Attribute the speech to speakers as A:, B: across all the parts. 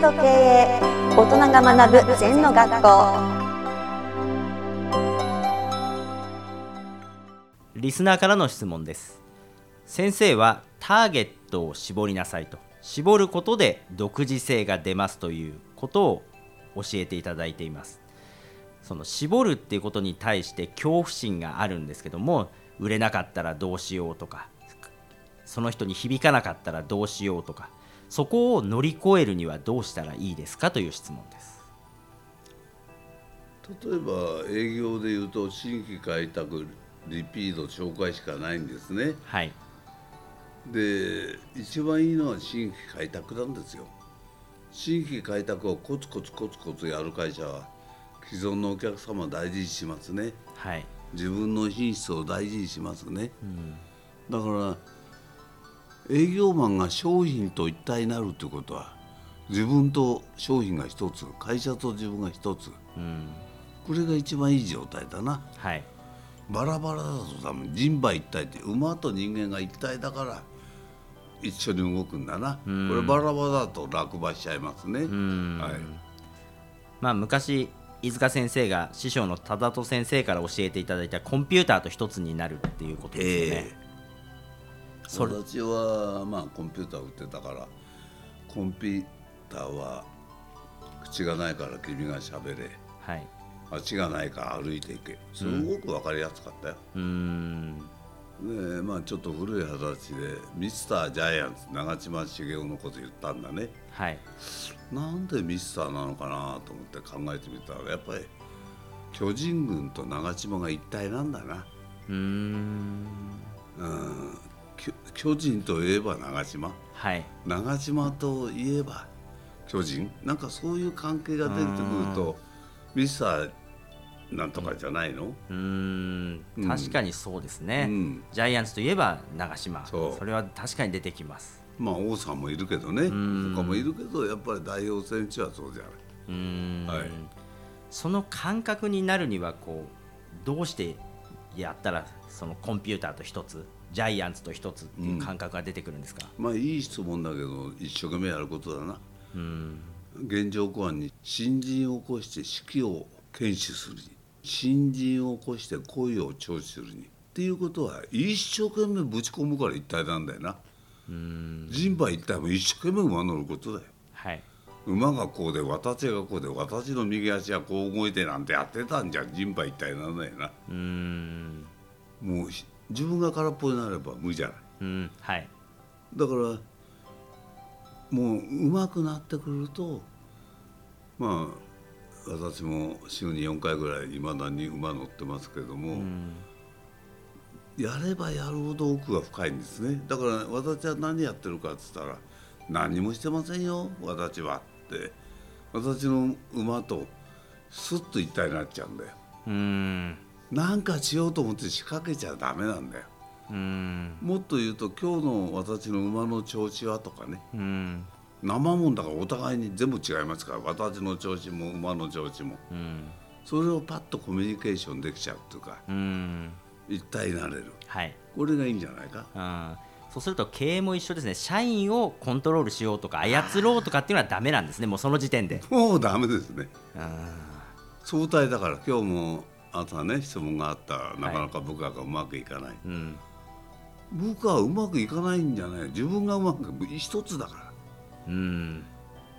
A: と経営大人が学ぶ禅の学校
B: リスナーからの質問です先生はターゲットを絞りなさいと絞ることで独自性が出ますということを教えていただいていますその絞るっていうことに対して恐怖心があるんですけども売れなかったらどうしようとかその人に響かなかったらどうしようとかそこを乗り越えるにはどうしたらいいですかという質問です
C: 例えば営業でいうと新規開拓リピート紹介しかないんですね
B: はい
C: で一番いいのは新規開拓なんですよ新規開拓をコツコツコツコツやる会社は既存のお客様を大事にしますね
B: はい
C: 自分の品質を大事にしますね、だから営業マンが商品と一体になるということは自分と商品が一つ会社と自分が一つ
B: うん
C: これが一番いい状態だな
B: はい
C: バラバラだと多分人馬一体って馬と人間が一体だから一緒に動くんだな、これバラバラだと落馬しちゃいますね、
B: ん
C: はい、
B: まあ、昔飯塚先生が師匠の忠人先生から教えていただいたコンピューターと一つになるっていうことですよ
C: え
B: ね、
C: え
B: それ
C: 私はまあコンピューター売ってたからコンピューターは口がないから君がしゃべれ
B: はい
C: 足がないから歩いていけすごく分かりやすかったよ、
B: うーん
C: でまあちょっと古い話でミスタージャイアンツ長嶋茂雄のこと言ったんだね
B: はい
C: なんでミスターなのかなと思って考えてみたらやっぱり巨人軍と長嶋が一体なんだな
B: うーん
C: うんきょ巨人といえば長嶋
B: はい
C: 長嶋といえば巨人なんかそういう関係が出てくるとミスターなんとかじゃないの、
B: うーん
C: うん
B: 確かにそうですね、
C: うん
B: ジャイアンツといえば長嶋
C: そう
B: れは確かに出てきます
C: まあ王さんもいるけどね
B: ん
C: 他もいるけどやっぱり代表選手はそうじゃないう
B: ーん、
C: はい
B: その感覚になるにはこうどうしてやったらそのコンピューターと一つジャイアンツと一つっていう感覚が出てくるんですか、
C: まあいい質問だけど一生懸命やることだな
B: うーん
C: 現状公安に新人を起こして指揮を検視するに新人を起こして声を聴取するにっていうことは一生懸命ぶち込むから一体なんだよな人馬一体も一生懸命馬乗ることだよ
B: はい
C: 馬がこうで私がこうで私の右足はこう動いてなんてやってたんじゃ人馬一体なんないな
B: うーん
C: もうひ自分が空っぽになれば無じゃない
B: うんはい
C: だからもう上手くなってくるとまあ私も週に4回ぐらいいまだに馬乗ってますけども、やればやるほど奥が深いんですねだから私は何やってるかっつったら「何もしてませんよ私は」って私の馬とスッと一体になっちゃうんだよ。
B: うーん
C: なんかしようと思って仕掛けちゃダメなんだよ。
B: うーん
C: もっと言うと今日の私の馬の調子はとかね
B: うーん
C: 生もんだからお互いに全部違いますから私の調子も馬の調子も
B: うん
C: それをパッとコミュニケーションできちゃうというか
B: うーん
C: 一体になれる
B: はい
C: これがいいんじゃないか
B: うんそうすると経営も一緒ですね社員をコントロールしようとか操ろうとかっていうのはダメなんですねもうその時点で
C: もうダメですね
B: うん
C: 相対だから今日も朝ね質問があったなかなか部下がうまくいかない、
B: うん
C: 部下はうまくいかないんじゃない自分がうまく一つだから
B: うん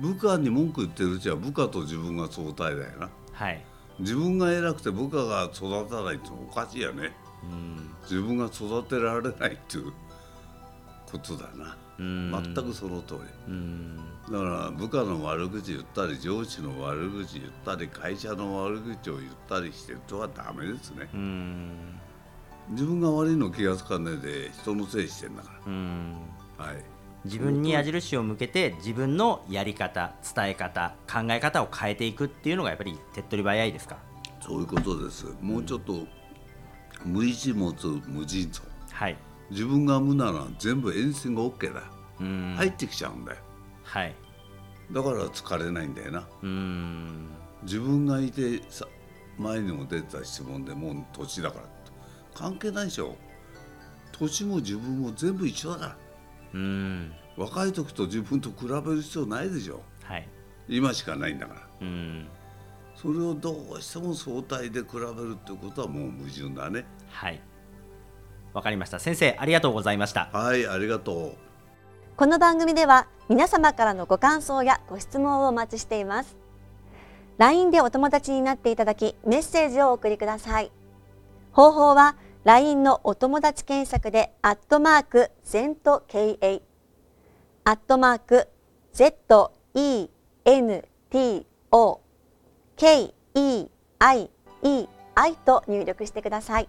C: 部下に文句言ってるうちは部下と自分が相対だよな
B: はい
C: 自分が偉くて部下が育たないっておかしいよね
B: うん
C: 自分が育てられないっていうことだな
B: うん
C: 全くその通り
B: うん
C: だから部下の悪口言ったり上司の悪口言ったり会社の悪口を言ったりしてるとはダメですね
B: うん
C: 自分が悪いの気がつかねえで人のせいしてんだか
B: うん
C: らはい
B: 自分に矢印を向けて自分のやり方伝え方考え方を変えていくっていうのがやっぱり手っ取り早いですか
C: そういうことですもうちょっと無意識持つ無尽蔵
B: はい
C: 自分が無なら全部沿線が OK だ
B: うん
C: 入ってきちゃうんだよ
B: はい
C: だから疲れないんだよな
B: うん
C: 自分がいてさ前にも出てた質問でもう年だから関係ないでしょ年も自分も全部一緒だから
B: うん
C: 若い時と自分と比べる必要ないでしょ
B: はい
C: 今しかないんだから
B: うん
C: それをどうしても相対で比べるってことはもう矛盾だね
B: はいわかりました先生ありがとうございました
C: はいありがとう
A: この番組では皆様からのご感想やご質問をお待ちしています。LINE でお友達になっていただきメッセージをお送りください。方法は LINE のお友達検索でアットマーク ZENTKA アットマーク ZENTOKEIEI と入力してください。